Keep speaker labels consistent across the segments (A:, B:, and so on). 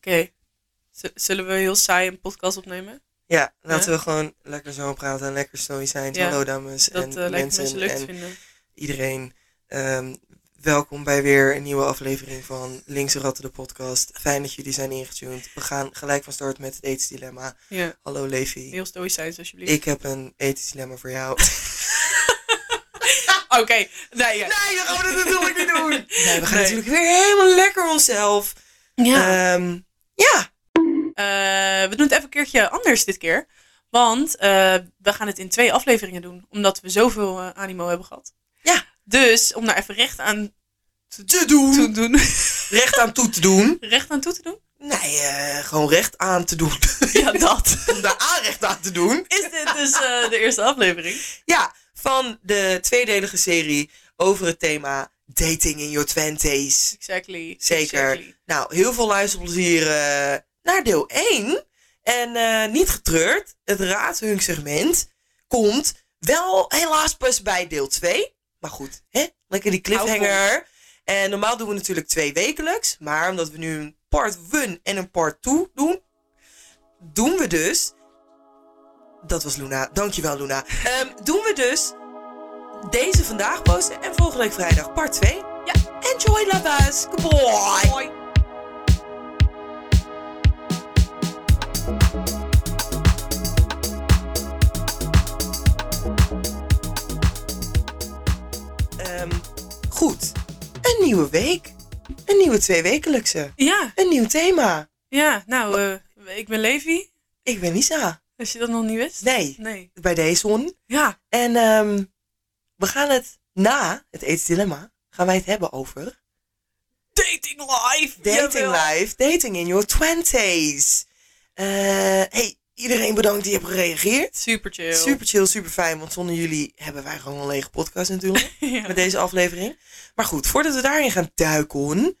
A: Z- Zullen we heel saai een podcast opnemen?
B: Ja, laten
A: Ja.
B: we gewoon lekker zo praten en lekker snoei zijn.
A: Ja.
B: Hallo dames
A: Dat
B: en
A: eh, lijkt me
B: mensen,
A: mensen leuk te
B: en
A: vinden.
B: iedereen. Ehm, welkom bij weer een nieuwe aflevering van Linkse Ratten, de podcast. Fijn dat jullie zijn ingetuned. We gaan gelijk van start met het ethisch dilemma.
A: Ja,
B: Hallo Levi,
A: heel stoïcijns alsjeblieft.
B: ik heb een ethisch dilemma voor jou.
A: Oké, nee. Ja.
B: nee, dat gaan we dat natuurlijk niet doen! Nee, we gaan
A: Nee.
B: natuurlijk weer helemaal lekker onszelf.
A: Ja.
B: Ehm, ja.
A: Eh, we doen het even een keertje anders dit keer. Want eh, we gaan het in twee afleveringen doen. Omdat we zoveel eh, animo hebben gehad.
B: Ja.
A: Dus om daar even recht aan
B: Te
A: toe te
B: doen.
A: doen.
B: Recht aan toe te doen.
A: recht aan toe te doen?
B: Nee, eh, gewoon recht aan te doen.
A: Ja, dat.
B: Om daar aanrecht aan te doen.
A: Is dit dus eh, de eerste aflevering?
B: Ja, van de tweedelige serie over het thema dating in your twenties.
A: Exactly.
B: Zeker.
A: Exactly.
B: Nou, heel veel luisterplezier eh, naar deel 1. En eh, niet getreurd, het raadhunksegment komt wel helaas pas bij deel 2. Maar goed, hè? lekker die cliffhanger. En normaal doen we natuurlijk twee wekelijks. Maar omdat we nu een part 1 en een part 2 doen, doen we dus... Dat was Luna. Dankjewel, Luna. Ehm, doen we dus deze vandaag posten en volgende week vrijdag part 2. Ja. Enjoy, lovers. Goodbye.
A: Hoi.
B: Ehm, goed. Een nieuwe week. Een nieuwe tweewekelijkse.
A: Ja,
B: Een nieuw thema.
A: ja. Nou, eh, ik ben Levi.
B: Ik ben Lisa.
A: Als je dat nog niet wist.
B: Nee,
A: Nee.
B: bij deze on.
A: Ja.
B: En ehm, we gaan het na het ethisch dilemma gaan wij het hebben over
A: Dating life.
B: dating
A: Jawel.
B: life, dating in your twenties. Eh, hey, iedereen bedankt die heeft gereageerd.
A: Super chill.
B: Super chill, super fijn, want zonder jullie hebben wij gewoon een lege podcast natuurlijk.
A: Ja.
B: met deze aflevering. Maar goed, voordat we daarin gaan duiken,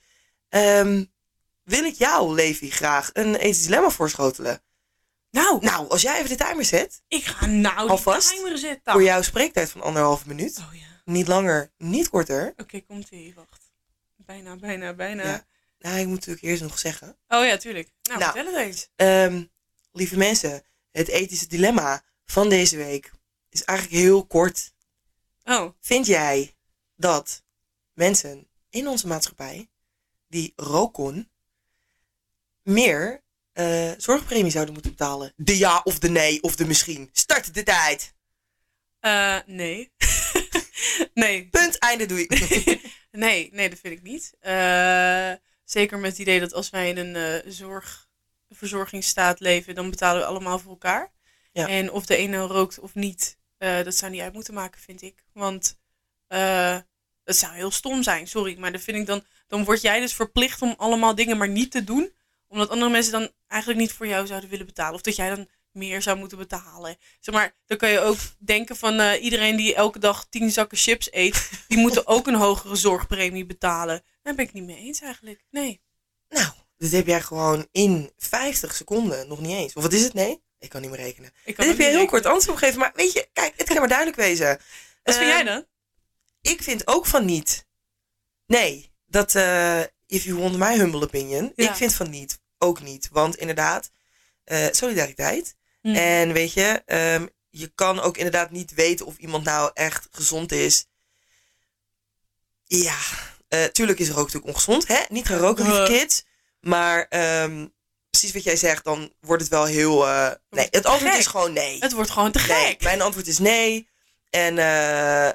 B: ehm, wil ik jou, Levi, graag een ethisch dilemma voorschotelen.
A: Nou,
B: Nou, als jij even de timer zet
A: ik ga nou
B: Alvast?
A: die timer zetten.
B: voor jouw spreektijd van anderhalve minuut,
A: Oh ja.
B: niet langer, niet korter.
A: Oké, komt ie. Wacht. Bijna, bijna, bijna.
B: Ja. Nou, ik moet natuurlijk eerst nog zeggen.
A: Oh ja, tuurlijk. Nou,
B: Nou.
A: vertel het eens.
B: Ehm, lieve mensen, het ethische dilemma van deze week is eigenlijk heel kort.
A: Oh,
B: Vind jij dat mensen in onze maatschappij die roken meer eh, zorgpremie zouden moeten betalen? De ja of de nee of de misschien. Start de tijd.
A: eh, nee. nee.
B: Punt, einde, doei.
A: nee, nee, dat vind ik niet. Eh, zeker met het idee dat als wij in een eh, zorg, verzorgingsstaat leven, dan betalen we allemaal voor elkaar.
B: Ja.
A: En of de ene rookt of niet, eh, dat zou niet uit moeten maken, vind ik. Want eh, dat zou heel stom zijn, sorry. Maar dat vind ik dan, dan word jij dus verplicht om allemaal dingen maar niet te doen. Omdat andere mensen dan eigenlijk niet voor jou zouden willen betalen. Of dat jij dan meer zou moeten betalen. Zeg maar, dan kan je ook denken van eh, iedereen die elke dag tien zakken chips eet, die moeten ook een hogere zorgpremie betalen. Daar ben ik niet mee eens eigenlijk. Nee.
B: nou, dit heb jij gewoon in 50 seconden nog niet eens. Of wat is het? Nee? Ik kan niet meer rekenen.
A: Ik ook
B: Dit heb je
A: niet
B: heel
A: denken.
B: kort antwoord op gegeven. Maar weet je, kijk, het kan maar duidelijk wezen.
A: Wat vind
B: Ehm,
A: jij dan?
B: ik vind ook van niet. Nee, dat eh if you want my humble opinion.
A: Ja.
B: Ik vind van niet ook niet. Want inderdaad, eh, solidariteit.
A: Hm.
B: En weet je, ehm, je kan ook inderdaad niet weten of iemand nou echt gezond is. Ja, eh, tuurlijk is roken natuurlijk ongezond. Hè? Niet gaan roken, lieve
A: Eh.
B: kids. Maar ehm, precies wat jij zegt, dan wordt het wel heel... eh, nee, het antwoord
A: Gek.
B: is gewoon nee.
A: Het wordt gewoon te
B: Nee,
A: gek.
B: mijn antwoord is nee. En eh,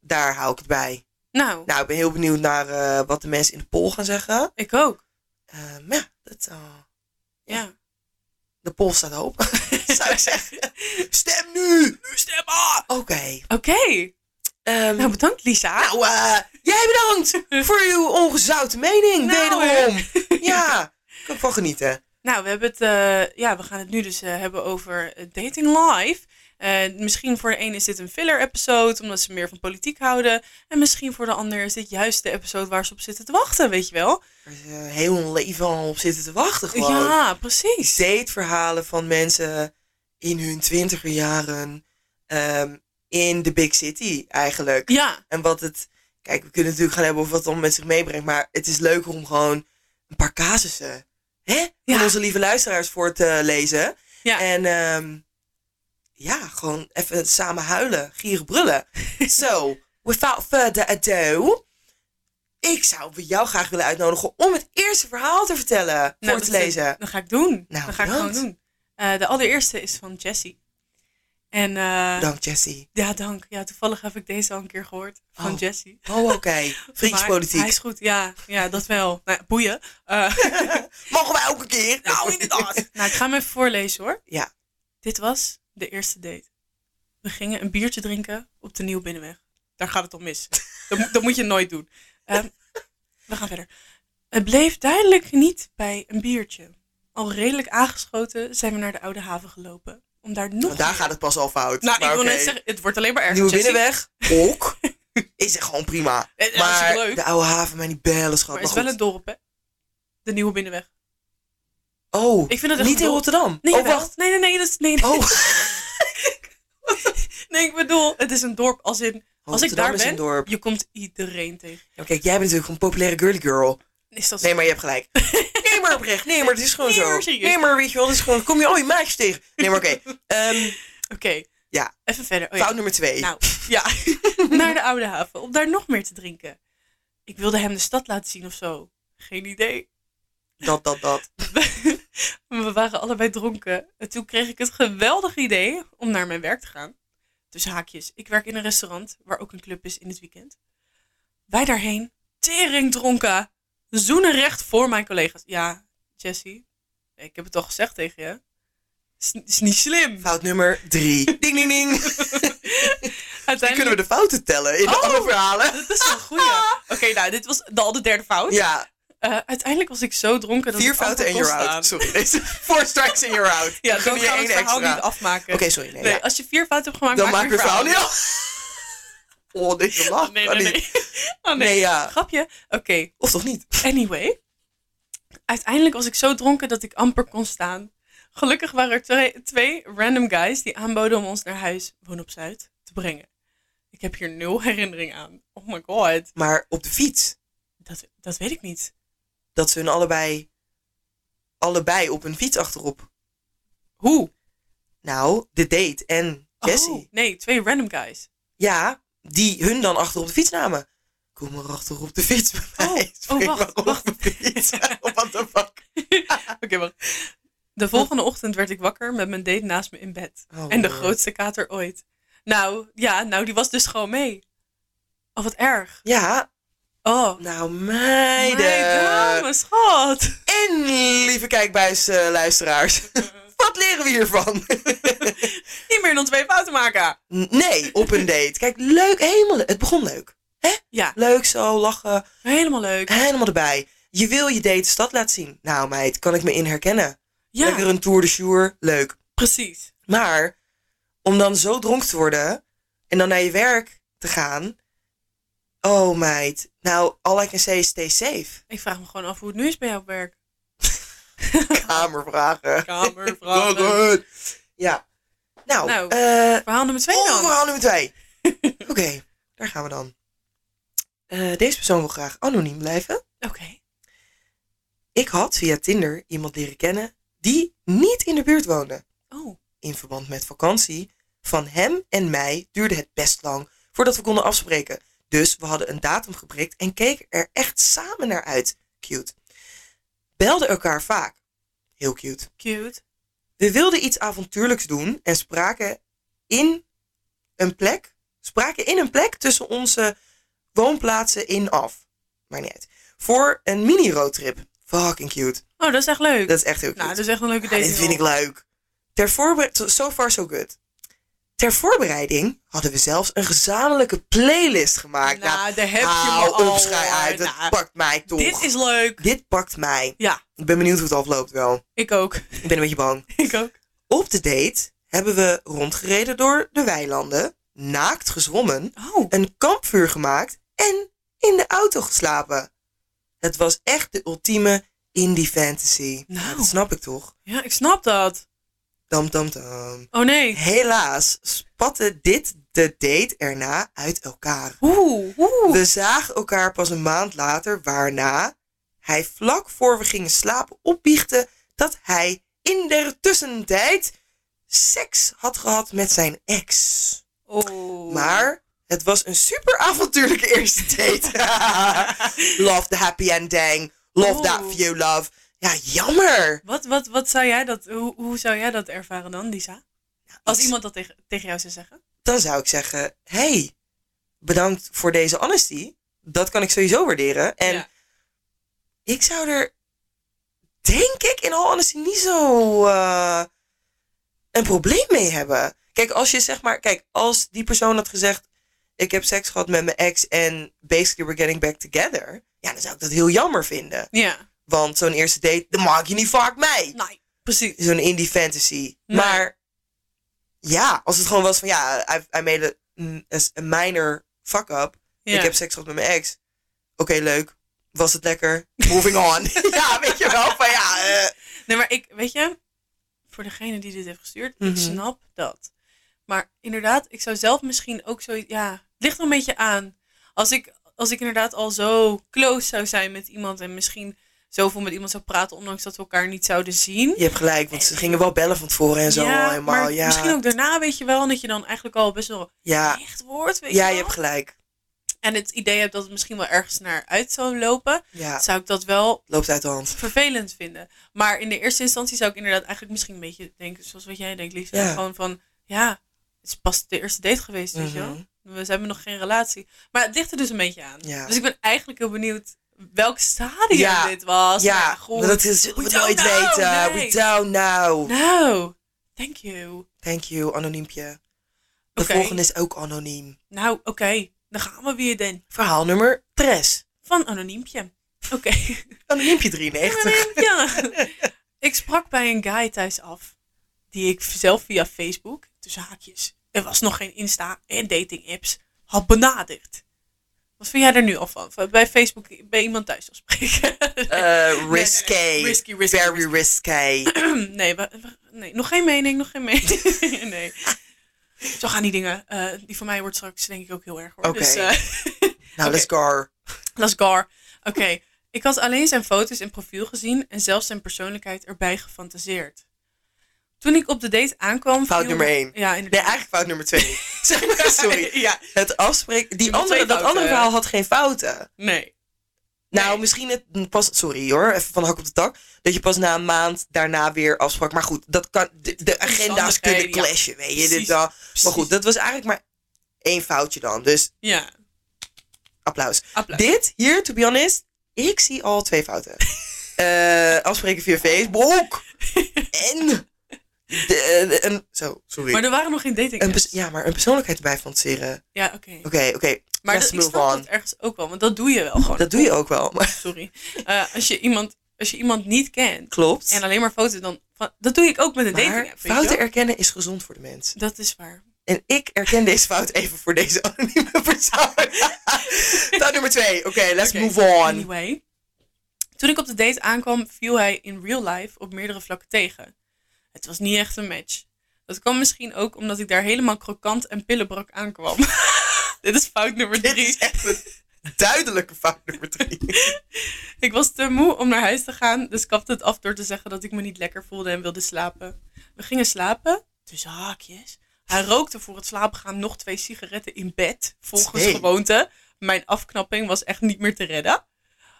B: daar hou ik het bij.
A: nou,
B: Nou, ik ben heel benieuwd naar eh, wat de mensen in de poll gaan zeggen.
A: ik ook.
B: Eh, maar ja, dat, eh,
A: Ja.
B: de poll staat open, zou ik zeggen. Stem nu!
A: Nu stemmen!
B: Oké.
A: Oké.
B: ehm,
A: Nou,
B: nou,
A: bedankt Lisa.
B: eh, jij bedankt voor uw ongezouten mening,
A: Nou,
B: wederom. Ja, ik kan van genieten.
A: Nou, we hebben het, eh, ja, we gaan het nu dus eh, hebben over eh, dating live. Eh, misschien voor de een is dit een filler episode, omdat ze meer van politiek houden. En misschien voor de ander is dit juist de episode waar ze op zitten te wachten, weet je wel?
B: Er is eh, heel een leven al op zitten te wachten gewoon.
A: Ja, precies.
B: dateverhalen van mensen in hun twintiger jaren ehm, in de big city eigenlijk.
A: Ja,
B: En wat het, kijk, we kunnen natuurlijk gaan hebben over wat het allemaal met zich meebrengt, maar het is leuker om gewoon een paar casussen. hè,
A: Ja.
B: van onze lieve luisteraars voor te lezen.
A: Ja.
B: En ehm, ja, gewoon even samen huilen, gieren, brullen. so, without further ado, ik zou jou graag willen uitnodigen om het eerste verhaal te vertellen,
A: Nou,
B: voor te
A: dat-
B: lezen.
A: Dat ga ik doen.
B: Nou,
A: dat ga ik
B: bedankt.
A: gewoon doen. Eh, de allereerste is van Jessie. En eh,
B: Dank Jessie.
A: ja, dank. Ja, toevallig heb ik deze al een keer gehoord van
B: Oh.
A: Jessie.
B: Oh, oké.
A: Maar
B: Vriendjespolitiek.
A: Hij is goed, ja. Ja, dat wel. Nou, ja, boeien. Eh,
B: Mogen wij ook een keer? Nou, inderdaad.
A: nou, ik ga hem even voorlezen hoor.
B: Ja.
A: Dit was de eerste date. We gingen een biertje drinken op de Nieuw Binnenweg. Daar gaat het om mis. Dat, moet- dat moet je nooit doen. Ehm, we gaan verder. Het bleef duidelijk niet bij een biertje. Al redelijk aangeschoten zijn we naar de Oude Haven gelopen. Om daar nog...
B: Want Nou, daar gaat het pas al fout.
A: Nou, ik
B: Maar
A: wil
B: oké.
A: net zeggen, het wordt alleen maar erger.
B: Nieuwe
A: Jessie.
B: Binnenweg, ook. Is er gewoon prima.
A: Eh, dat is
B: maar
A: leuk.
B: de oude haven, mij niet bellen, schat.
A: Maar
B: Nou, Maar
A: het is wel
B: goed.
A: een dorp, hè? De Nieuwe Binnenweg.
B: Oh,
A: Ik vind het echt
B: niet in
A: dol.
B: Rotterdam.
A: Nee,
B: oh,
A: jawel.
B: wacht.
A: Nee, nee, nee. Dat is, nee, nee.
B: Oh,
A: nee, ik bedoel, het is een dorp als in... Als ik
B: Oh, Rotterdam
A: daar
B: is een
A: ben,
B: dorp.
A: je komt iedereen tegen.
B: Ja, maar kijk, jij bent natuurlijk een populaire girly girl.
A: Is dat zo?
B: Nee, maar je hebt gelijk. Nee, maar oprecht. Nee, maar het is gewoon
A: Nee, maar
B: zo.
A: serieus.
B: Nee, maar weet je wel, het is gewoon... Kom je al je maatjes tegen? Nee, maar oké. Ehm,
A: Oké.
B: Ja.
A: Even verder. Oh, ja.
B: fout nummer twee.
A: Nou, ja. Naar de Oude Haven, om daar nog meer te drinken. Ik wilde hem de stad laten zien of zo. Geen idee.
B: Dat, dat, dat.
A: We, we waren allebei dronken. En toen kreeg ik het geweldige idee om naar mijn werk te gaan. Tussen haakjes. Ik werk in een restaurant waar ook een club is in het weekend. Wij daarheen. Tering dronken. Zoenen recht voor mijn collega's. Ja, Jessie. Ik heb het al gezegd tegen je. Is, is niet slim.
B: Fout nummer drie. Ding, ding, ding. Dan kunnen
A: Uiteindelijk.
B: we de fouten tellen in de
A: Oh.
B: andere verhalen.
A: Dat is wel een goeie. Oké, nou, dit was de, al de derde fout.
B: Ja,
A: Eh, uiteindelijk was ik zo dronken dat
B: vier
A: ik
B: fouten en
A: amper
B: you're
A: kon staan.
B: out. Sorry, deze four strikes and you're out.
A: Ja,
B: Ik gun
A: dan
B: je
A: gaan we het
B: één
A: verhaal
B: extra.
A: niet afmaken.
B: Oké, sorry. Nee,
A: Nee,
B: ja.
A: als je vier fouten hebt gemaakt,
B: Dan
A: maak
B: maak
A: je
B: ik weer verhaal niet
A: niet.
B: af. Oh, deze lach.
A: Nee,
B: kan
A: nee,
B: niet.
A: nee. Oh, nee.
B: Nee, ja.
A: Grapje. Oké,
B: Of toch niet?
A: anyway. Uiteindelijk was ik zo dronken dat ik amper kon staan. Gelukkig waren er twee, twee random guys die aanboden om ons naar huis, woon op Zuid, te brengen. Ik heb hier nul herinnering aan. Oh my god.
B: Maar op de fiets.
A: Dat, dat weet ik niet.
B: Dat ze hun allebei, allebei op hun fiets achterop.
A: Hoe?
B: Nou, de date en Jessie.
A: Oh, nee, twee random guys.
B: Ja, die hun dan achter op de fiets namen. Kom maar achter op de fiets bij
A: Oh,
B: mij.
A: oh,
B: Spring
A: wacht,
B: maar op
A: wacht.
B: de fiets. What the fuck?
A: Oké, wacht. De volgende ochtend werd ik wakker met mijn date naast me in bed.
B: Oh,
A: en de
B: Lord.
A: grootste kater ooit. Nou, ja, nou, die was dus gewoon mee. Oh, wat erg.
B: Ja,
A: Oh,
B: nou
A: mijn
B: meiden.
A: dame, schat.
B: En lieve kijkbuis eh, luisteraars. Wat leren we hiervan?
A: Niet meer dan twee fouten maken.
B: nee, op een date. Kijk, leuk, helemaal le- Het begon leuk. Hè?
A: Ja.
B: Leuk zo, lachen,
A: Helemaal leuk.
B: helemaal erbij. Je wil je date de stad laten zien. Nou meid, kan ik me in herkennen. Lekker
A: Ja,
B: een tour de jour, leuk.
A: precies.
B: Maar om dan zo dronken te worden en dan naar je werk te gaan. Oh meid, nou all I can say is stay safe.
A: Ik vraag me gewoon af hoe het nu is bij jou op werk.
B: Kamervragen.
A: Kamervragen.
B: Ja. Nou,
A: Nou,
B: eh,
A: Verhaal nummer twee
B: Oh,
A: dan.
B: verhaal nummer twee. Oké, daar gaan we dan. Eh, deze persoon wil graag anoniem blijven.
A: Oké.
B: Ik had via Tinder iemand leren kennen die niet in de buurt woonde.
A: Oh,
B: In verband met vakantie van hem en mij duurde het best lang voordat we konden afspreken. Dus we hadden een datum geprikt en keken er echt samen naar uit. Cute. Belden elkaar vaak. Heel cute.
A: cute.
B: We wilden iets avontuurlijks doen en spraken in een plek, spraken in een plek tussen onze woonplaatsen in af. Maar niet uit. Voor een mini roadtrip. Fucking cute.
A: Oh, dat is echt leuk.
B: Dat is echt heel cute.
A: nou, dat is echt een leuke
B: Ja,
A: date.
B: dit vind ik leuk. Ter voorbe- so- so far so good. Ter voorbereiding hadden we zelfs een gezamenlijke playlist gemaakt.
A: Nou, daar heb je me
B: hou
A: al.
B: op, schei uit. Het
A: Nou,
B: pakt mij toch.
A: Dit is leuk.
B: Dit pakt mij.
A: Ja,
B: Ik ben benieuwd hoe het afloopt wel.
A: ik ook.
B: Ik ben een beetje bang.
A: Ik ook.
B: Op de date hebben we rondgereden door de weilanden, naakt gezwommen,
A: Oh,
B: een kampvuur gemaakt en in de auto geslapen. Het was echt de ultieme indie fantasy.
A: Nou.
B: Ja, Dat snap ik toch?
A: ja, ik snap dat.
B: Dam, dam, dam.
A: Oh nee.
B: Helaas spatte dit de date erna uit elkaar.
A: Oeh, oeh.
B: We zagen elkaar pas een maand later, waarna hij vlak voor we gingen slapen opbiechte dat hij in de tussentijd seks had gehad met zijn ex.
A: Oh.
B: Maar het was een super avontuurlijke eerste date. love the happy ending. Love
A: Oeh.
B: that view, love. Ja, jammer.
A: Wat, wat, wat zou jij dat, hoe, hoe zou jij dat ervaren dan, Lisa? Als
B: Ik-
A: iemand dat tegen, tegen jou zou zeggen?
B: Dan zou ik zeggen, hey, bedankt voor deze honesty. Dat kan ik sowieso waarderen. En
A: Ja.
B: ik zou er, denk ik, in al honesty niet zo eh, een probleem mee hebben. Kijk, als je zeg maar, kijk, als die persoon had gezegd, ik heb seks gehad met mijn ex en basically we're getting back together. Ja, dan zou ik dat heel jammer vinden.
A: Ja. Nou,
B: Want zo'n eerste date, dat maak je niet vaak mee.
A: Nee, precies.
B: Zo'n indie fantasy.
A: Nee.
B: Maar ja, als het gewoon was van ja, I, I made a, mm, a s- a minor fuck up.
A: Ja.
B: Ik heb seks gehad met mijn ex. Oké, leuk. Was het lekker? Moving on. ja, weet je wel. Van ja, eh,
A: Nee, maar ik, weet je, voor degene die dit heeft gestuurd,
B: Mhm.
A: ik snap dat. Maar inderdaad, ik zou zelf misschien ook zo, ja, het ligt er een beetje aan. Als ik, als ik inderdaad al zo close zou zijn met iemand en misschien zoveel met iemand zou praten, ondanks dat we elkaar niet zouden zien.
B: je hebt gelijk, want ze gingen wel bellen van tevoren en zo al helemaal.
A: maar
B: ja,
A: misschien ook daarna weet je wel, dat je dan eigenlijk al best wel
B: ja,
A: echt wordt, weet
B: ja,
A: je
B: je
A: wel.
B: hebt gelijk.
A: En het idee hebt dat het misschien wel ergens naar uit zou lopen,
B: Ja,
A: zou ik dat wel
B: loopt uit de hand.
A: vervelend vinden. Maar in de eerste instantie zou ik inderdaad eigenlijk misschien een beetje denken, zoals wat jij denkt, Lisa.
B: Ja.
A: Gewoon van, ja, het is pas de eerste date geweest, weet je wel.
B: Mhm.
A: We hebben nog geen relatie. Maar het ligt er dus een beetje aan.
B: Ja.
A: Dus ik ben eigenlijk heel benieuwd welk stadium
B: Ja.
A: dit was.
B: Ja,
A: Maar goed.
B: dat is, zullen we
A: We
B: nooit
A: don't know,
B: weten.
A: nee.
B: We don't know.
A: Nou, thank you.
B: Thank you, anoniempje. De
A: Oké.
B: volgende is ook anoniem.
A: Nou, oké. Dan gaan we weer dan.
B: Verhaal nummer 3.
A: Van Anoniempje. Oké.
B: Anoniempje 93.
A: Ja. Ik sprak bij een guy thuis af. Die ik zelf via Facebook, tussen haakjes, er was nog geen Insta en dating apps, had benaderd. Wat vind jij er nu al van? Van Bij Facebook bij iemand thuis afspreken.
B: Eh
A: Nee, nee,
B: risky.
A: nee. Risky, risky,
B: Very risky.
A: nee, we- we- nee, nog geen mening, nog geen mening. nee. Zo gaan die dingen. Eh, die van mij wordt straks denk ik ook heel erg hoor.
B: Oké.
A: Dus, eh,
B: Nou, let's go.
A: Las Gar. Oké, ik had alleen zijn foto's en profiel gezien en zelfs zijn persoonlijkheid erbij gefantaseerd. Toen ik op de date aankwam...
B: Fout
A: viel-
B: nummer één.
A: Ja,
B: Nee,
A: inderdaad.
B: eigenlijk fout nummer 2. zeg maar, sorry.
A: Ja.
B: Het afspreken. Die
A: Nummer
B: andere,
A: twee
B: dat
A: fouten.
B: andere verhaal had geen fouten.
A: Nee.
B: Nou,
A: Nee.
B: misschien het pas. Sorry hoor, even van de hak op de tak. Dat je pas na een maand daarna weer afsprak. Maar goed, dat kan, de, de agenda's kunnen
A: omstandigheden, eh, ja.
B: clashen. Weet je, dit
A: Precies,
B: dan. Maar
A: precies.
B: goed, dat was eigenlijk maar één foutje dan. Dus
A: Ja,
B: applaus.
A: applaus.
B: Dit hier, to be honest, ik zie al twee fouten. Eh, afspreken via Facebook. En. De, de- een, zo, sorry.
A: Maar er waren nog geen dating
B: een
A: apps.
B: pers- ja, maar een persoonlijkheid erbij fantaseren.
A: Ja, oké.
B: Oké, oké.
A: Maar
B: let's
A: dat, ik
B: move
A: snap
B: on.
A: dat ergens ook wel, want dat doe je wel gewoon.
B: Dat doe je ook wel. Maar
A: Sorry. Eh, als, je iemand, als je iemand niet kent
B: klopt.
A: en alleen maar foto's, dan... van- Dat doe ik ook met een dating
B: maar
A: app,
B: fouten erkennen is gezond voor de mens.
A: Dat is waar.
B: En ik erken deze fout even voor deze anonieme persoon. Fout nummer twee. Oké, let's
A: Oké,
B: move on.
A: Anyway. Toen ik op de date aankwam, viel hij in real life op meerdere vlakken tegen. Het was niet echt een match. Dat kwam misschien ook omdat ik daar helemaal krokant en pillenbrak aankwam. Dit is fout nummer
B: Dit is
A: drie.
B: echt een duidelijke fout nummer drie.
A: Ik was te moe om naar huis te gaan, dus kapte het af door te zeggen dat ik me niet lekker voelde en wilde slapen. We gingen slapen, tussen haakjes. Hij rookte voor het slapen gaan nog twee sigaretten in bed, volgens
B: Twee?
A: gewoonte. Mijn afknapping was echt niet meer te redden.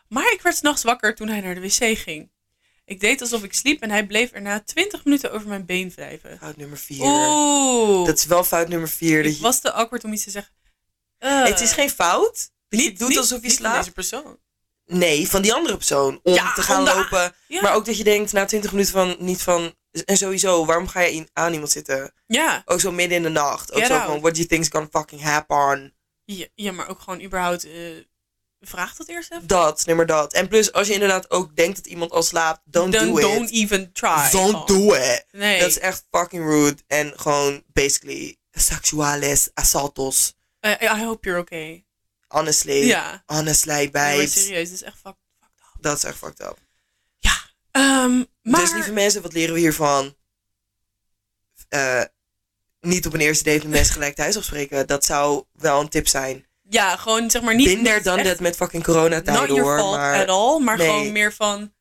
A: Maar ik werd s'nachts wakker toen hij naar de wc ging. Ik deed alsof ik sliep en hij bleef erna 20 minuten over mijn been wrijven.
B: Fout nummer vier.
A: Oeh,
B: Dat is wel fout nummer vier. Dat
A: ik
B: je-
A: was te awkward om iets te zeggen. Eh,
B: het is geen fout. Dat je
A: niet-
B: doet
A: niet-
B: alsof je
A: niet van
B: slaapt.
A: deze persoon.
B: Nee, van die andere persoon. Om
A: Ja,
B: te gaan
A: om de-
B: lopen.
A: Ja.
B: Maar ook dat je denkt na 20 minuten van niet van. En sowieso, waarom ga je in- aan iemand zitten?
A: Ja.
B: Ook zo midden in de nacht. Ook
A: Get
B: zo
A: out.
B: van, what do you think's gonna fucking happen?
A: Ja, ja, maar ook gewoon überhaupt... eh, vraag dat eerst even.
B: Dat, nee maar dat. En plus, als je inderdaad ook denkt dat iemand al slaapt, don't,
A: Don't,
B: do it.
A: don't even try.
B: don't
A: Oh,
B: do it.
A: Nee.
B: Dat is echt fucking rude. En gewoon, basically, seksuales assaultos.
A: Eh, I hope you're okay.
B: Honestly.
A: Ja.
B: Honestly,
A: Nee, maar
B: babes.
A: serieus, dit is echt fuck, fucked up.
B: Dat is echt fucked up.
A: Ehm, maar...
B: Dus lieve mensen, wat leren we hiervan? Eh, niet op een eerste date met mensen gelijk thuis afspreken. Dat zou wel een tip zijn.
A: Ja, gewoon zeg maar niet.
B: Binder
A: niet
B: dan
A: echt
B: dat met fucking coronatijd
A: not your
B: hoor.
A: fault
B: Maar
A: at all. Maar
B: nee.
A: gewoon meer van...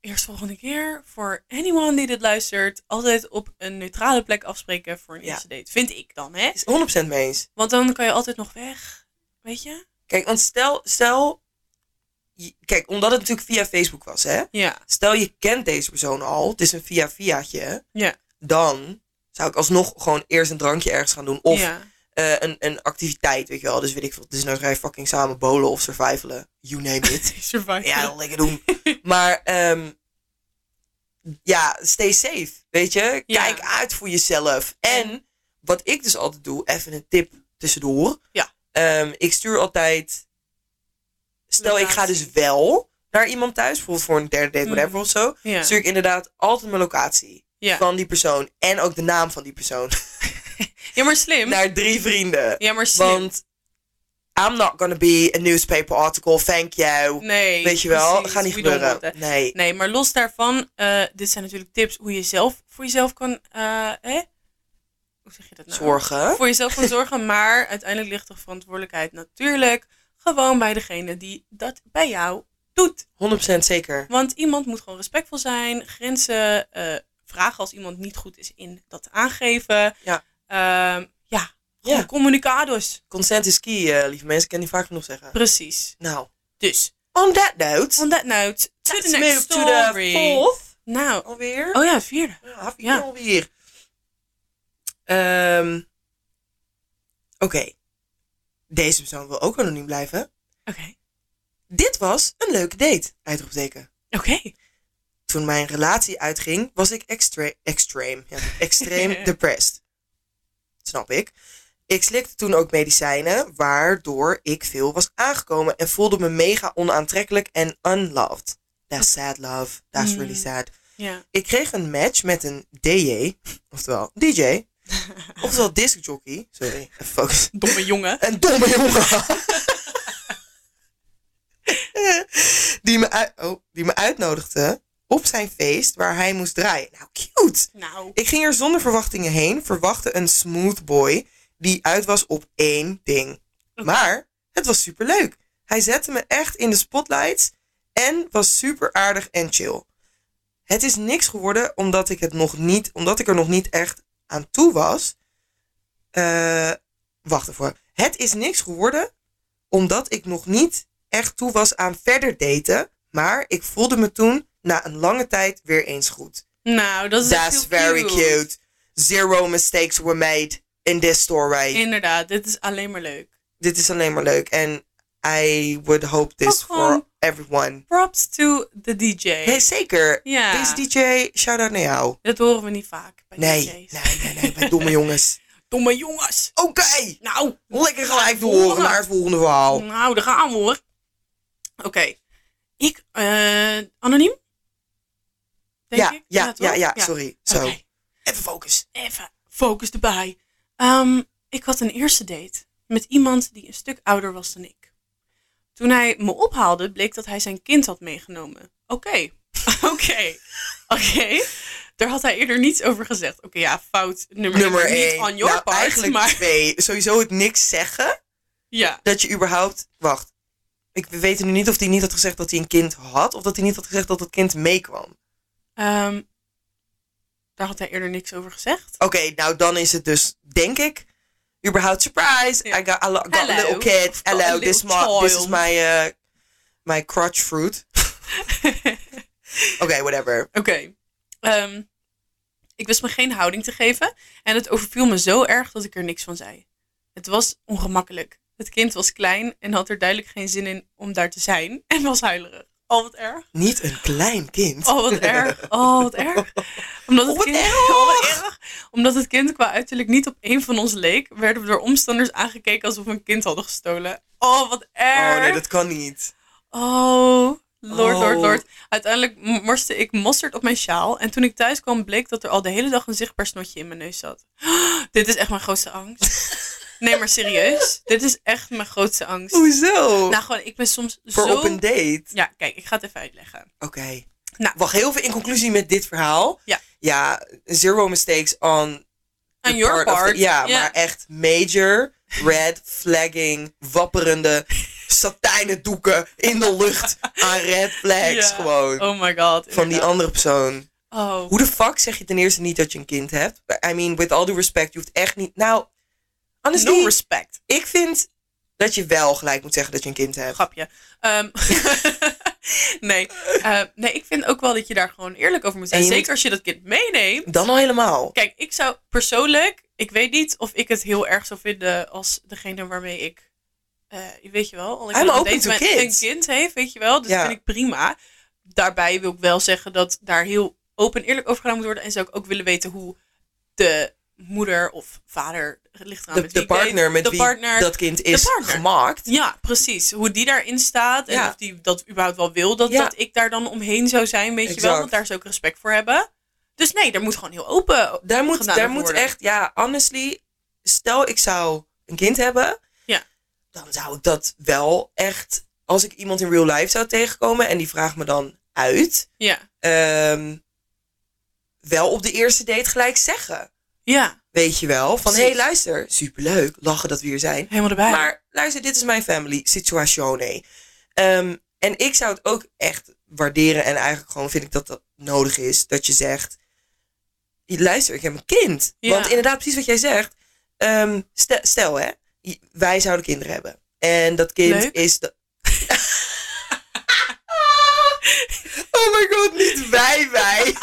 A: Eerst volgende keer voor anyone die dit luistert... altijd op een neutrale plek afspreken voor een
B: Ja.
A: eerste date. Vind ik dan, hè?
B: is 100% mee eens.
A: Want dan kan je altijd nog weg. Weet je?
B: Kijk, want stel, stel. je- Kijk, omdat het natuurlijk via Facebook was, hè?
A: Ja.
B: Stel je kent deze persoon al, het is een via-viaatje.
A: Ja.
B: Dan zou ik alsnog gewoon eerst een drankje ergens gaan doen. Of
A: ja.
B: eh, een, een activiteit, weet je wel. Dus weet ik veel. Dus nou rij fucking samen bowlen of survivalen. You name it.
A: Survive.
B: ja, dat lekker doen. Maar ehm, ja, stay safe, weet je.
A: Ja.
B: Kijk uit voor jezelf. En wat ik dus altijd doe, even een tip tussendoor.
A: Ja.
B: Ehm, ik stuur altijd... Stel, ik ga
A: Locatie.
B: dus wel naar iemand thuis, bijvoorbeeld voor een derde date, whatever
A: Mhm.
B: of zo.
A: Ja.
B: Stuur ik inderdaad altijd mijn locatie
A: Ja.
B: van die persoon. En ook de naam van die persoon.
A: ja, maar slim.
B: naar drie vrienden.
A: ja, maar slim.
B: Want I'm not gonna be a newspaper article, thank you.
A: nee.
B: Weet je wel,
A: precies.
B: gaat niet
A: We don't
B: gebeuren.
A: want that.
B: Nee.
A: Nee, maar los daarvan... eh, dit zijn natuurlijk tips hoe je zelf voor jezelf kan... eh, hè? Hoe zeg je dat nou?
B: Zorgen.
A: voor jezelf kan zorgen. Maar uiteindelijk ligt de verantwoordelijkheid natuurlijk gewoon bij degene die dat bij jou doet.
B: 100% zeker.
A: Want iemand moet gewoon respectvol zijn, grenzen eh, vragen als iemand niet goed is in dat aangeven.
B: Ja.
A: Ehm, ja, gewoon
B: Ja.
A: communicados.
B: Consent is key, eh, lieve mensen. Ik kan die vaak genoeg zeggen.
A: Precies.
B: Nou,
A: Dus,
B: on that note.
A: on that note, to the
B: let's
A: next
B: move to the
A: story.
B: fourth.
A: nou,
B: Alweer?
A: oh ja, het vierde.
B: Ja, half
A: ja.
B: uur alweer. Ehm, Oké. Deze persoon wil ook anoniem blijven.
A: Oké.
B: Dit was een leuke date. Uitroepteken.
A: Oké.
B: toen mijn relatie uitging, was ik extre extreem, ja, extreem depressed. Snap ik. Ik slikte toen ook medicijnen, waardoor ik veel was aangekomen en voelde me mega onaantrekkelijk en unloved. That's sad love. That's really
A: Mm.
B: sad.
A: Ja.
B: Ik kreeg een match met een DJ, oftewel DJ, oftewel disc jockey. Sorry, even focus.
A: Domme jongen.
B: Een domme jongen. die, me uit- oh, die me uitnodigde op zijn feest waar hij moest draaien. Nou, cute.
A: Nou.
B: Ik ging er zonder verwachtingen heen, verwachtte een smooth boy die uit was op één ding. Maar het was superleuk. Hij zette me echt in de spotlights en was super aardig en chill. Het is niks geworden omdat ik, het nog niet, omdat ik er nog niet echt aan toe was. Eh, wacht ervoor. Het is niks geworden omdat ik nog niet echt toe was aan verder daten. Maar ik voelde me toen na een lange tijd weer eens goed.
A: Nou, dat is echt
B: That's
A: heel
B: very cute. Zero mistakes were made in this story.
A: Inderdaad, dit is alleen maar leuk.
B: Dit is alleen maar leuk. En I would hope this
A: Ook gewoon-
B: for everyone.
A: Props to the DJ.
B: Nee, zeker.
A: Ja.
B: Deze DJ, shout-out naar jou.
A: Dat horen we niet vaak bij
B: Nee, nee,
A: DJ's.
B: nee, nee, bij domme jongens.
A: Domme jongens.
B: Oké,
A: Nou.
B: lekker gelijk door naar het volgende verhaal.
A: Nou, daar gaan we hoor. Oké. Ik, eh, anoniem? Denk
B: Ja,
A: ik?
B: ja,
A: toch?
B: ja, ja, sorry. Zo,
A: Oké,
B: even focus.
A: Even focus erbij. Ehm, ik had een eerste date met iemand die een stuk ouder was dan ik. Toen hij me ophaalde, bleek dat hij zijn kind had meegenomen. Oké. Oké. Oké. Daar had hij eerder niets over gezegd. Oké, ja, fout nummer,
B: Nummer
A: één. Niet
B: 1.
A: on your
B: nou,
A: part,
B: eigenlijk
A: maar...
B: twee. Sowieso het niks zeggen.
A: Ja.
B: Dat je überhaupt... Wacht. Ik weet nu niet of hij niet had gezegd dat hij een kind had. Of dat hij niet had gezegd dat het kind meekwam.
A: Ehm, daar had hij eerder niks over gezegd.
B: Oké, nou dan is het dus, denk ik, überhaupt surprise.
A: Ja.
B: I got a, lo- got a
A: Hello.
B: little kid.
A: Of got a
B: Hello, this,
A: little
B: ma- this is
A: child.
B: my, eh, my crutch fruit. Oké, whatever.
A: Oké. Ehm, ik wist me geen houding te geven en het overviel me zo erg dat ik er niks van zei. Het was ongemakkelijk. Het kind was klein en had er duidelijk geen zin in om daar te zijn en was huilerig. Oh, wat erg.
B: Niet een klein kind.
A: Oh, wat erg. Oh, wat erg. Omdat het
B: Oh, wat
A: kind,
B: erg.
A: Oh, wat erg. Omdat het kind qua uiterlijk niet op één van ons leek, werden we door omstanders aangekeken alsof we een kind hadden gestolen. Oh, wat erg.
B: Oh, nee, dat kan niet.
A: Oh, lord, lord,
B: Oh.
A: lord. Uiteindelijk m- morste ik mosterd op mijn sjaal. En toen ik thuis kwam, bleek dat er al de hele dag een zichtbaar snotje in mijn neus zat. Dit is echt mijn grootste angst. Nee, maar serieus. Dit is echt mijn grootste angst.
B: Hoezo?
A: Nou, gewoon, ik ben soms
B: Voor
A: zo...
B: op een date.
A: Ja, kijk, ik ga het even uitleggen.
B: Oké.
A: Nou.
B: Wacht, heel veel in conclusie met dit verhaal.
A: Ja.
B: Ja, zero mistakes on the
A: Aan your
B: part of the-
A: part.
B: ja, maar echt major red flagging, wapperende satijnen doeken in de lucht aan red flags
A: Ja.
B: gewoon.
A: Oh my god.
B: van die
A: inderdaad.
B: andere persoon.
A: Oh.
B: Hoe de fuck zeg je ten eerste niet dat je een kind hebt? I mean, with all due respect, je hoeft echt niet... Nou, honestly,
A: No respect.
B: ik vind dat je wel gelijk moet zeggen dat je een kind hebt.
A: Grapje. Ehm, nee. Eh, nee, ik vind ook wel dat je daar gewoon eerlijk over moet zijn.
B: En je
A: Zeker als je dat kind meeneemt.
B: Dan al helemaal.
A: Kijk, ik zou persoonlijk, ik weet niet of ik het heel erg zou vinden als degene waarmee ik, eh, weet je wel, al ik
B: I'm
A: nog
B: open
A: steeds
B: to
A: mijn-
B: kids.
A: een kind heeft, weet je wel. Dus
B: Ja.
A: dat vind ik prima. Daarbij wil ik wel zeggen dat daar heel open en eerlijk over gedaan moet worden. En zou ik ook willen weten hoe de moeder of vader, het ligt eraan
B: De,
A: met
B: de
A: wie ik
B: partner
A: leef,
B: met
A: de
B: wie
A: partner,
B: dat kind is
A: partner.
B: gemaakt.
A: ja, precies. Hoe die daarin staat en
B: Ja.
A: of die dat überhaupt wel wil. Dat,
B: Ja.
A: dat ik daar dan omheen zou zijn, weet je wel.
B: Exact.
A: Want daar zou ik respect voor hebben. Dus nee, daar moet gewoon heel open
B: Daar moet,
A: Gedaan
B: daar
A: over
B: moet
A: worden.
B: echt, ja, honestly, stel ik zou een kind hebben,
A: Ja.
B: dan zou ik dat wel echt, als ik iemand in real life zou tegenkomen en die vraagt me dan uit,
A: Ja,
B: ehm, wel op de eerste date gelijk zeggen.
A: ja,
B: Weet je wel, van hé
A: Precies.
B: hey, luister, superleuk, lachen dat we hier zijn.
A: helemaal erbij.
B: Maar luister, dit is mijn family situatione. Ehm, en ik zou het ook echt waarderen. En eigenlijk gewoon vind ik dat dat nodig is. Dat je zegt, luister, ik heb een kind.
A: Ja.
B: Want inderdaad, precies wat jij zegt. ehm, stel, stel hè, j- wij zouden kinderen hebben. En dat kind
A: Leuk.
B: is... De... oh my god, niet wij, wij.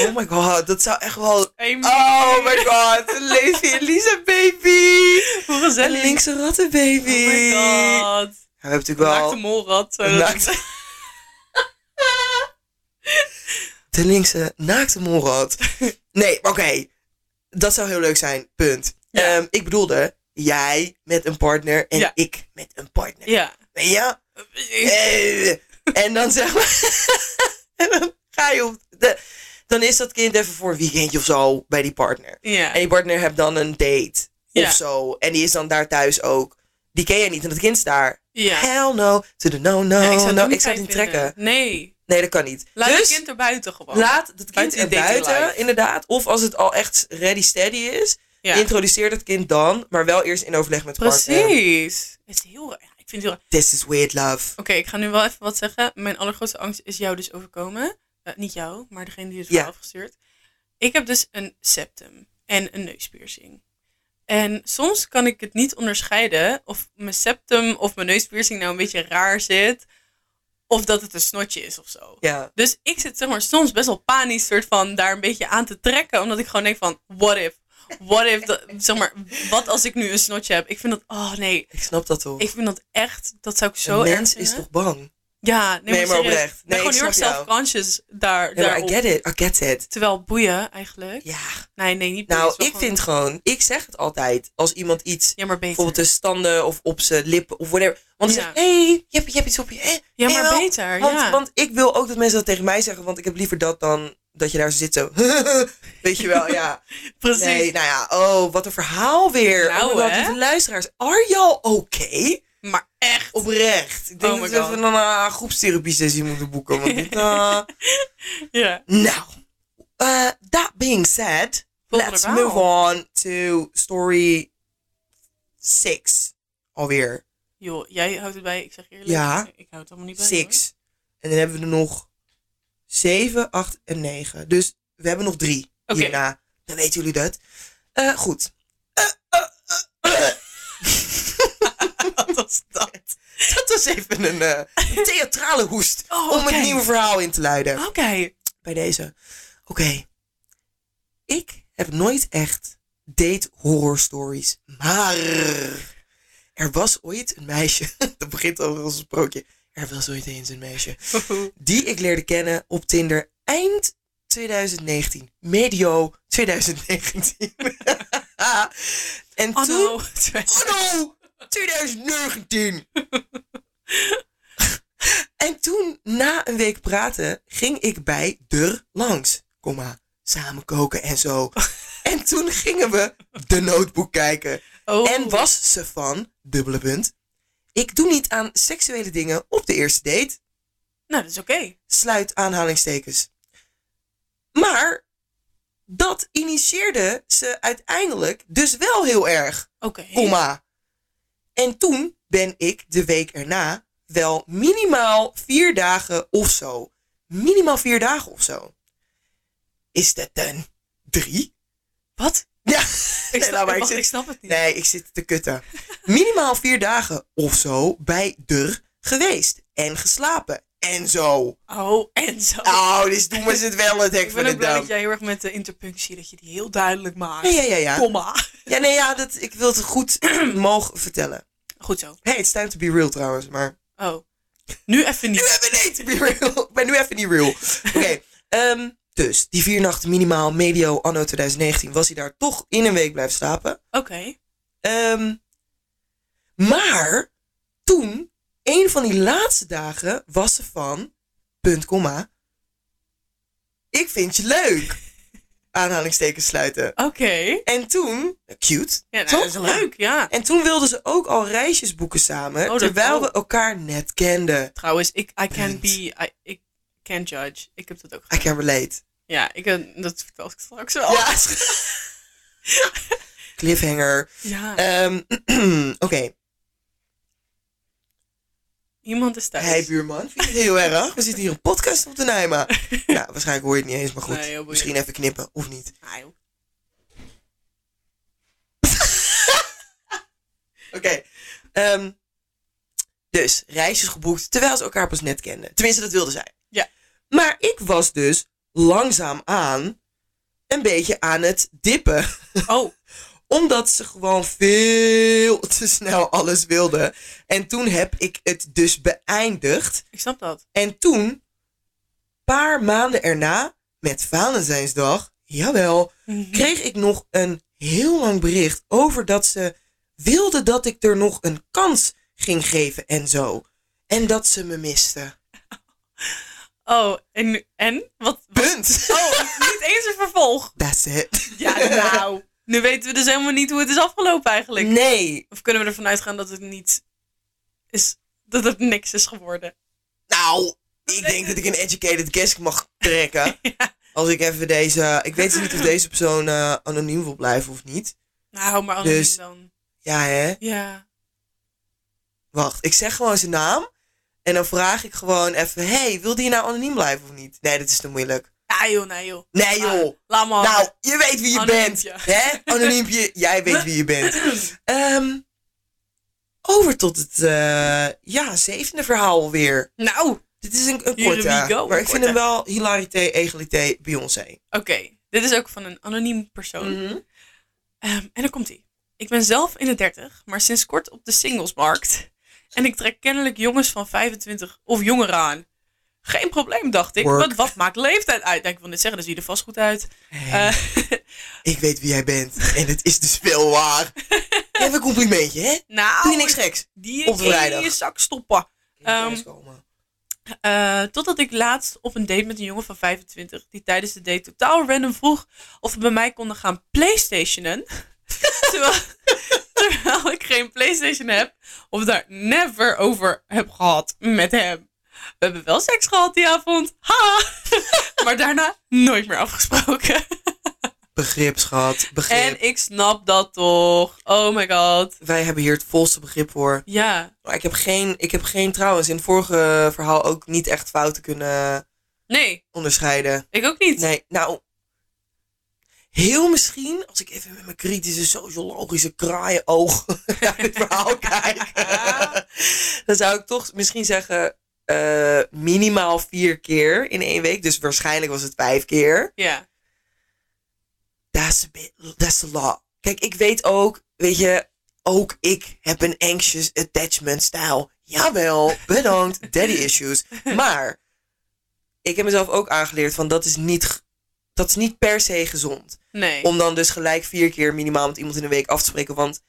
B: oh my god, dat zou echt wel... Oh my god, Lady Elisa baby.
A: hoe
B: Een
A: gezellig.
B: linkse rattenbaby.
A: Oh my
B: Ja,
A: god.
B: We hebben natuurlijk
A: Naakte
B: wel
A: molrat. zo dat-
B: Een naakte- de linkse naakte molrat. Nee, maar oké. Dat zou heel leuk zijn, punt.
A: Ja.
B: Ehm, ik bedoelde, jij met een partner en
A: Ja.
B: ik met een partner.
A: ja.
B: Weet je? Eh, En dan zeg maar... en dan ga je op... De, dan is dat kind even voor een weekendje of zo bij die partner.
A: Ja.
B: En je partner hebt dan een date
A: Ja.
B: of zo. En die is dan daar thuis ook. Die ken je niet en dat kind is daar.
A: Ja.
B: Hell no, to the no, no,
A: Ja,
B: no.
A: het
B: oh, nou, Ik zou het
A: fijn
B: niet
A: vinden.
B: trekken.
A: Nee.
B: Nee, dat kan niet.
A: Laat
B: dus
A: het kind er buiten gewoon.
B: laat het kind
A: Buiten
B: er
A: je dating
B: buiten,
A: life.
B: inderdaad. Of als het al echt ready steady is,
A: ja.
B: introduceer dat kind dan. Maar wel eerst in overleg met de partner.
A: Precies. Het is heel raar. Ik vind het heel raar.
B: This is weird love.
A: Oké, ik ga nu wel even wat zeggen. Mijn allergrootste angst is jou dus overkomen. Eh, niet jou, maar degene die het
B: Ja.
A: verhaal heeft gestuurd. Ik heb dus een septum en een neuspiercing. En soms kan ik het niet onderscheiden of mijn septum of mijn neuspiercing nou een beetje raar zit. Of dat het een snotje is of zo.
B: Ja,
A: Dus ik zit zeg maar soms best wel panisch soort van daar een beetje aan te trekken. Omdat ik gewoon denk van, what if? What if? dat- zeg maar, wat als ik nu een snotje heb? Ik vind dat, oh nee.
B: ik snap dat toch.
A: Ik vind dat echt, dat zou ik zo
B: een
A: erg
B: mens is
A: vinden.
B: toch bang?
A: Ja, nee, maar
B: Nee, maar
A: serieus.
B: oprecht.
A: ik ben
B: Nee,
A: gewoon
B: ik
A: heel erg
B: snap jou.
A: self-conscious daar,
B: Ja, maar I
A: daarop.
B: get it, I get it.
A: Terwijl boeien eigenlijk.
B: Ja,
A: Nee, nee, niet boeien.
B: nou,
A: is wel
B: ik
A: gewoon-
B: vind gewoon, ik zeg het altijd als iemand iets
A: Ja, maar beter.
B: bijvoorbeeld de standen of op zijn lippen of whatever. Want ze
A: Ja.
B: zegt, hé, hey, je, hebt, je hebt iets op je. eh,
A: Ja,
B: eh,
A: maar
B: wel."
A: beter.
B: Want,
A: ja.
B: want ik wil ook dat mensen dat tegen mij zeggen, want ik heb liever dat dan dat je daar zo zit zo. Weet je wel, ja.
A: Precies.
B: Nee, nou ja, oh, wat een verhaal weer.
A: Nou,
B: oh, wat
A: hè?
B: lieve luisteraars. Are y'all oké?
A: Maar echt.
B: Oprecht. Ik denk
A: Oh my
B: dat we
A: God.
B: even een eh, groepstherapie sessie moeten boeken. Want dit, eh,
A: Ja.
B: nou, Eh that being said,
A: Volgende
B: let's
A: verhaal.
B: move on to story 6 alweer.
A: Joh, jij houdt het bij. Ik zeg eerlijk.
B: Ja.
A: Ik houd het allemaal niet bij. hoor.
B: Six. En dan hebben we er nog zeven, acht en negen. Dus we hebben nog drie
A: Oké.
B: hierna. Dan weten jullie dat. Eh, goed. Eh, eh, eh, eh.
A: Wat was dat?
B: Dat was even een eh, theatrale hoest
A: Oh,
B: om
A: oké.
B: het nieuwe verhaal in te luiden.
A: Oké.
B: Bij deze. Oké. Ik heb nooit echt date horror stories. Maar er was ooit een meisje. Dat begint al als een sprookje. Er was ooit eens een meisje. die ik leerde kennen op Tinder eind 2019. Medio 2019. en
A: Oh
B: toen...
A: no.
B: Anno 2019! en toen, na een week praten, ging ik bij er langs. Kom maar, samen koken en zo. en toen gingen we de notebook kijken.
A: Oh.
B: En was ze van, dubbele punt... Ik doe niet aan seksuele dingen op de eerste date
A: Nou, dat is oké.
B: sluit aanhalingstekens. Maar dat initieerde ze uiteindelijk dus wel heel erg.
A: Oké.
B: Komma. En toen ben ik de week erna wel minimaal vier dagen of zo. Minimaal vier dagen of zo. Is dat dan drie?
A: Wat?
B: Ja,
A: Ik
B: Nee, laat
A: snap,
B: maar, ik
A: wacht,
B: zit-
A: ik snap het niet.
B: nee, ik zit te kutten. Minimaal vier dagen of zo bij der geweest. En geslapen. En zo.
A: Oh, en zo.
B: Nou, dus doen we ze het wel, het hek
A: ik
B: van
A: ben
B: de
A: ook blij
B: dam.
A: dat jij heel erg met de interpunctie, dat je die heel duidelijk maakt.
B: Ja, ja, ja. Ja,
A: Komma.
B: ja, nee, ja dat, ik wil het goed mogen vertellen.
A: Goed zo.
B: Hey, it's time to be real trouwens, maar...
A: Oh. Nu even
B: nu
A: niet.
B: even niet to be real. Ik ben nu even niet real. Oké, ehm, dus die vier nachten minimaal medio anno 2019 was hij daar toch in een week blijven slapen.
A: Oké.
B: Ehm, maar toen, een van die laatste dagen, was ze van, punt, komma, ik vind je leuk. Aanhalingstekens sluiten.
A: Oké.
B: En toen, cute.
A: Ja, nou,
B: Toch?
A: dat is leuk, ja.
B: En toen wilden ze ook al reisjes boeken samen,
A: Oh, dat-
B: terwijl
A: oh.
B: we elkaar net kenden.
A: Trouwens, ik I can
B: Punt.
A: be, I, ik can judge. Ik heb dat ook
B: I
A: gedaan.
B: can relate.
A: Ja, ik, eh, dat vertel ik straks wel.
B: Ja. Cliffhanger.
A: Ja,
B: Ehm, Oké,
A: iemand is thuis.
B: hey buurman, vind je het heel erg? We zitten hier een podcast op te nemen. Ja, waarschijnlijk hoor je het niet eens, maar goed.
A: Nee, heel boeiend.
B: Misschien even knippen, of niet.
A: Ah, joh.
B: Oké. ehm, dus, reisjes geboekt, terwijl ze elkaar pas net kenden. Tenminste, dat wilde zij.
A: Ja.
B: Maar ik was dus langzaamaan een beetje aan het dippen.
A: Oh,
B: Omdat ze gewoon veel te snel alles wilde. En toen heb ik het dus beëindigd.
A: ik snap dat.
B: En toen, een paar maanden erna, met Valentijnsdag, jawel, kreeg ik nog een heel lang bericht over dat ze wilde dat ik er nog een kans ging geven en zo. En dat ze me miste.
A: Oh, en, nu- en? Wat? wat-
B: Punt.
A: Oh, niet eens een vervolg.
B: That's it.
A: Ja, nou. Nu weten we dus helemaal niet hoe het is afgelopen eigenlijk.
B: Nee.
A: Of kunnen we ervan uitgaan dat het niet is, dat het niks is geworden?
B: Nou, ik denk dat ik een educated guess mag trekken. Als ik even deze... Ik weet niet of deze persoon eh, anoniem wil blijven of niet.
A: Nou, maar anders
B: Dus-
A: dan.
B: Ja, hè?
A: Ja.
B: Wacht, ik zeg gewoon zijn naam. En dan vraag ik gewoon even: hey, wil die nou anoniem blijven of niet? Nee, dat is te moeilijk.
A: Ja, joh, nee, joh.
B: Nee, Nou, joh.
A: Laat maar.
B: Nou, je weet wie je bent.
A: Ah, Anoniempje.
B: Hè? Anoniempje, jij weet wie je bent. Ehm, over tot het eh, ja, zevende verhaal weer.
A: Nou, oké.
B: Dit is een,
A: Here
B: een
A: we
B: korte. Maar ik
A: go, een
B: vind hem wel hilarité, egalité, Beyoncé.
A: Dit is ook van een anoniem persoon.
B: Mm.
A: Ehm, en dan komt hij. Ik ben zelf in de 30, maar sinds kort op de singlesmarkt. En ik trek kennelijk jongens van 25 of jonger aan. Geen probleem, dacht ik.
B: Work.
A: Want wat maakt leeftijd uit? Nou, ik wil niet zeggen, dat ziet er vast goed uit.
B: Hey,
A: Eh,
B: Ik weet wie jij bent. En het is dus veel waar. Even een complimentje, hè? Doe je
A: nou,
B: niks geks.
A: die
B: op
A: in je-
B: vrijdag.
A: in je zak stoppen. Ehm,
B: Thuiskomen.
A: Eh, totdat ik laatst op een date met een jongen van 25, die tijdens de date totaal random vroeg of we bij mij konden gaan playstationen. terwijl, terwijl ik geen playstation heb of daar never over heb gehad met hem. We hebben wel seks gehad die avond, ha! maar daarna nooit meer afgesproken.
B: Begrip, schat. Begrip.
A: en ik snap dat toch. Oh my god.
B: Wij hebben hier het volste begrip voor.
A: Ja.
B: Maar ik heb geen, ik heb geen trouwens in het vorige verhaal ook niet echt fouten kunnen
A: Nee,
B: onderscheiden.
A: ik ook niet.
B: Nee, nou. Heel misschien, als ik even met mijn kritische sociologische kraaienoog naar dit verhaal kijk, dan zou ik toch misschien zeggen eh, minimaal vier keer in één week. Dus waarschijnlijk was het vijf keer.
A: Ja.
B: That's a bit, that's a lot. Kijk, ik weet ook, weet je, ook ik heb een anxious attachment stijl. Jawel, bedankt, daddy issues. Maar ik heb mezelf ook aangeleerd van dat is niet, g- dat is niet per se gezond.
A: Nee.
B: Om dan dus gelijk vier keer minimaal met iemand in een week af te spreken. Want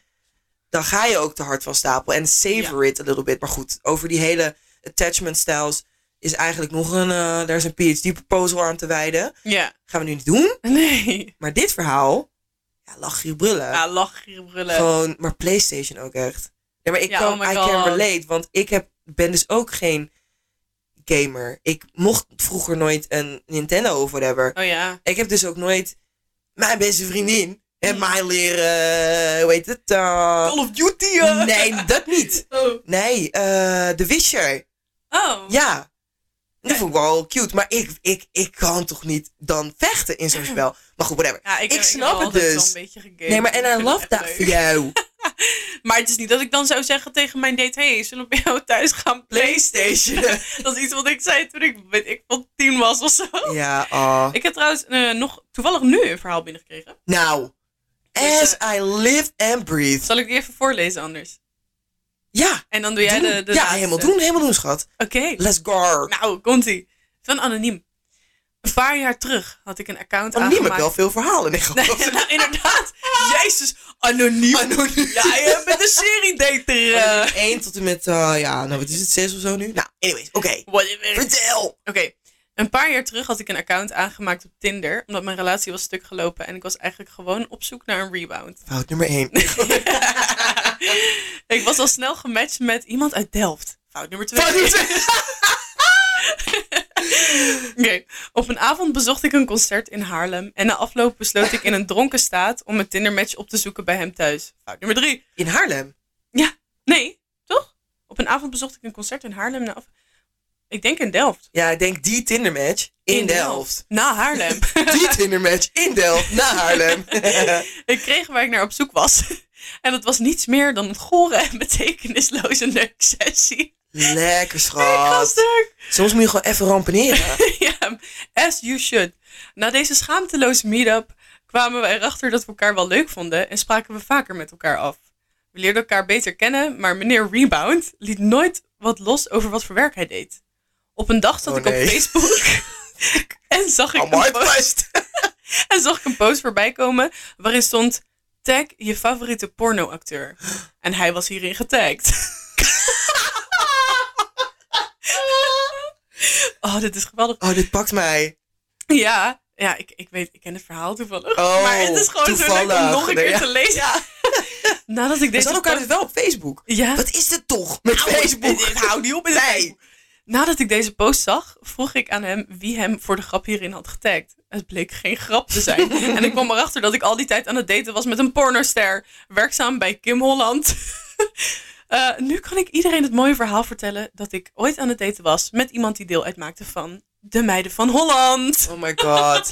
B: dan ga je ook te hard van stapel. En savor it a little bit. Maar goed, over die hele attachment styles is eigenlijk nog een, eh, daar is een PhD proposal aan te wijden.
A: Ja.
B: Gaan we nu niet doen.
A: Nee.
B: Maar dit verhaal, ja, lach je brullen.
A: Ja, lach, gieren, brullen.
B: Gewoon, maar PlayStation ook echt. Ja, maar ik
A: Ja,
B: kan,
A: oh my
B: I can
A: God.
B: relate, want ik heb, ben dus ook geen gamer. Ik mocht vroeger nooit een Nintendo of whatever.
A: Oh ja.
B: Ik heb dus ook nooit mijn beste vriendin en mij leren, eh, hoe heet het? eh,
A: Mm. Call of Duty. eh.
B: nee, dat niet.
A: Oh.
B: Nee, eh The Witcher.
A: Oh.
B: Ja. Dat vond ik wel cute. Maar ik, ik, ik kan toch niet dan vechten in zo'n spel. Maar goed, whatever.
A: Ja, ik,
B: Ik
A: eh,
B: snap
A: heb
B: het
A: altijd wel
B: dus.
A: een beetje gegamed.
B: Nee, maar en I
A: vind
B: love
A: het
B: that
A: echt
B: for
A: leuk.
B: you.
A: Maar het is niet dat ik dan zou zeggen tegen mijn date... hey, zullen we bij jou thuis gaan
B: PlayStation.
A: playstation? dat is iets wat ik zei toen ik, weet ik van tien was of zo.
B: ja, ah.
A: Ik heb trouwens eh, nog toevallig nu een verhaal binnengekregen.
B: Nou.
A: Dus,
B: As I live and breathe.
A: Zal ik die even voorlezen anders?
B: Ja.
A: En dan doe jij
B: doen.
A: de, de
B: ja,
A: laatste.
B: helemaal doen, helemaal doen, schat.
A: Oké.
B: Let's go.
A: Nou, komt ie. Van Anoniem. Een paar jaar terug had ik een account
B: Anoniem heb
A: aangemaakt.
B: wel veel verhalen. Nee,
A: Nee,
B: gewoon.
A: nou, inderdaad. Jezus, anoniem.
B: Anoniem.
A: Ja, je bent een seriedater. eh.
B: 1 tot en met, eh, ja, nou wat is het, 6 of zo nu? Nou, anyways, oké.
A: Whatever.
B: Vertel!
A: Oké. Een paar jaar terug had ik een account aangemaakt op Tinder, omdat mijn relatie was stuk gelopen en ik was eigenlijk gewoon op zoek naar een rebound.
B: Fout nummer 1.
A: ik was al snel gematcht met iemand uit Delft. Fout nummer twee.
B: Fout nummer twee.
A: Oké. Op een avond bezocht ik een concert in Haarlem en na afloop besloot ik in een dronken staat om mijn Tinder-match op te zoeken bij hem thuis. Fout nummer drie.
B: In Haarlem.
A: Nee, toch? Op een avond bezocht ik een concert in Haarlem na af... Ik denk in Delft.
B: Ja, ik denk die Tindermatch in, Delft.
A: Na Haarlem.
B: Die Tindermatch in Delft, naar Haarlem.
A: ik kreeg waar ik naar op zoek was. En dat was niets meer dan een gore en betekenisloze neuksessie.
B: Lekker
A: Ik was
B: schat.
A: er.
B: Soms moet je gewoon even rampeneren.
A: ja, as you should. Na deze schaamteloze meet-up kwamen we erachter dat we elkaar wel leuk vonden en spraken we vaker met elkaar af. We leerden elkaar beter kennen, maar meneer Rebound liet nooit wat los over wat voor werk hij deed. Op een dag zat
B: Oh,
A: ik op
B: nee.
A: Facebook en zag ik,
B: Allemaal
A: een post,
B: uitpest.
A: en zag ik een post voorbij komen waarin stond tag je favoriete pornoacteur. En hij was hierin getagd. Oh, dit is geweldig.
B: Oh, dit pakt mij.
A: Ja, ja ik, ik weet, ik ken het verhaal toevallig.
B: Oh,
A: maar het is gewoon zo leuk om
B: toevallig.
A: nog een keer
B: Ja.
A: te lezen. Nadat ik
B: We
A: deze
B: zaten elkaar
A: post-
B: dus wel op Facebook.
A: Ja,
B: Wat is dit toch met
A: Nou,
B: Facebook?
A: dit- dit houdt niet op met het
B: nee.
A: Facebook. nadat ik deze post zag, vroeg ik aan hem wie hem voor de grap hierin had getagd. Het bleek geen grap te zijn. en ik kwam erachter dat ik al die tijd aan het daten was met een pornoster. Werkzaam bij Kim Holland. Eh, nu kan ik iedereen het mooie verhaal vertellen dat ik ooit aan het daten was met iemand die deel uitmaakte van de meiden van Holland.
B: Oh my god,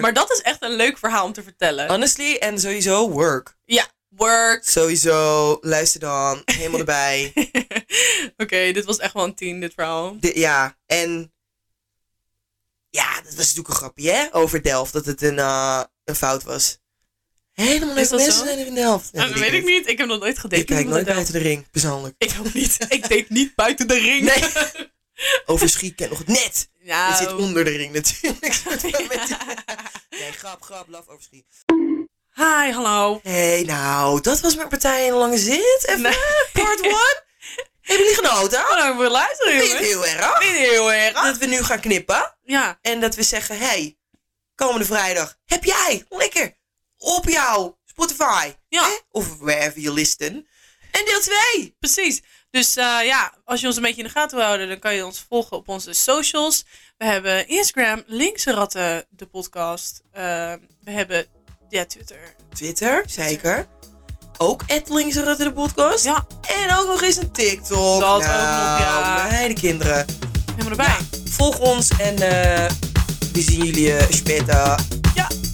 A: Maar dat is echt een leuk verhaal om te vertellen.
B: Honestly, en sowieso work.
A: Ja, work.
B: Sowieso, luister dan, helemaal erbij.
A: Oké, dit was echt wel een tien, dit verhaal.
B: De- ja, en... Ja, dat was natuurlijk een grapje, hè? Over Delft, dat het een, eh, een fout was. Helemaal
A: Is
B: leuke
A: dat
B: mensen
A: zo?
B: zijn er in Delft. Ja,
A: Ah, dat weet ik niet, ik heb nog nooit gedate.
B: Ik kijk nooit buiten de ring, persoonlijk.
A: Ik ook niet. Ik deed niet buiten de ring.
B: Nee. Over Schiek ken nog het net.
A: Nou.
B: Dit zit onder de ring natuurlijk. Soort van met die- Nee, grap, grap, laf over Schiek.
A: Hi, hallo.
B: Hé, hey, nou, dat was mijn partij in lange zit. Even
A: Nee.
B: part one. Hebben jullie genoten?
A: Hallo, we luisteren,
B: Vind je het
A: jongens.
B: heel erg?
A: Vind je het heel erg?
B: Dat we nu gaan knippen.
A: Ja,
B: En dat we zeggen, hé, hey, komende vrijdag heb jij lekker op jouw Spotify.
A: Ja.
B: hè, Of wherever you listen. En deel 2.
A: precies. Dus eh, ja, als je ons een beetje in de gaten wil houden, dan kan je ons volgen op onze socials. We hebben Instagram, Linkse Ratten, de podcast. Eh, we hebben, ja, Twitter.
B: Twitter, zeker. Ook at Linkse de podcast.
A: Ja,
B: En ook nog eens een TikTok.
A: Dat ook nog,
B: Nou,
A: ja.
B: mijn kinderen.
A: helemaal erbij.
B: Volg ons en eh, we zien jullie eh, später.
A: Ja,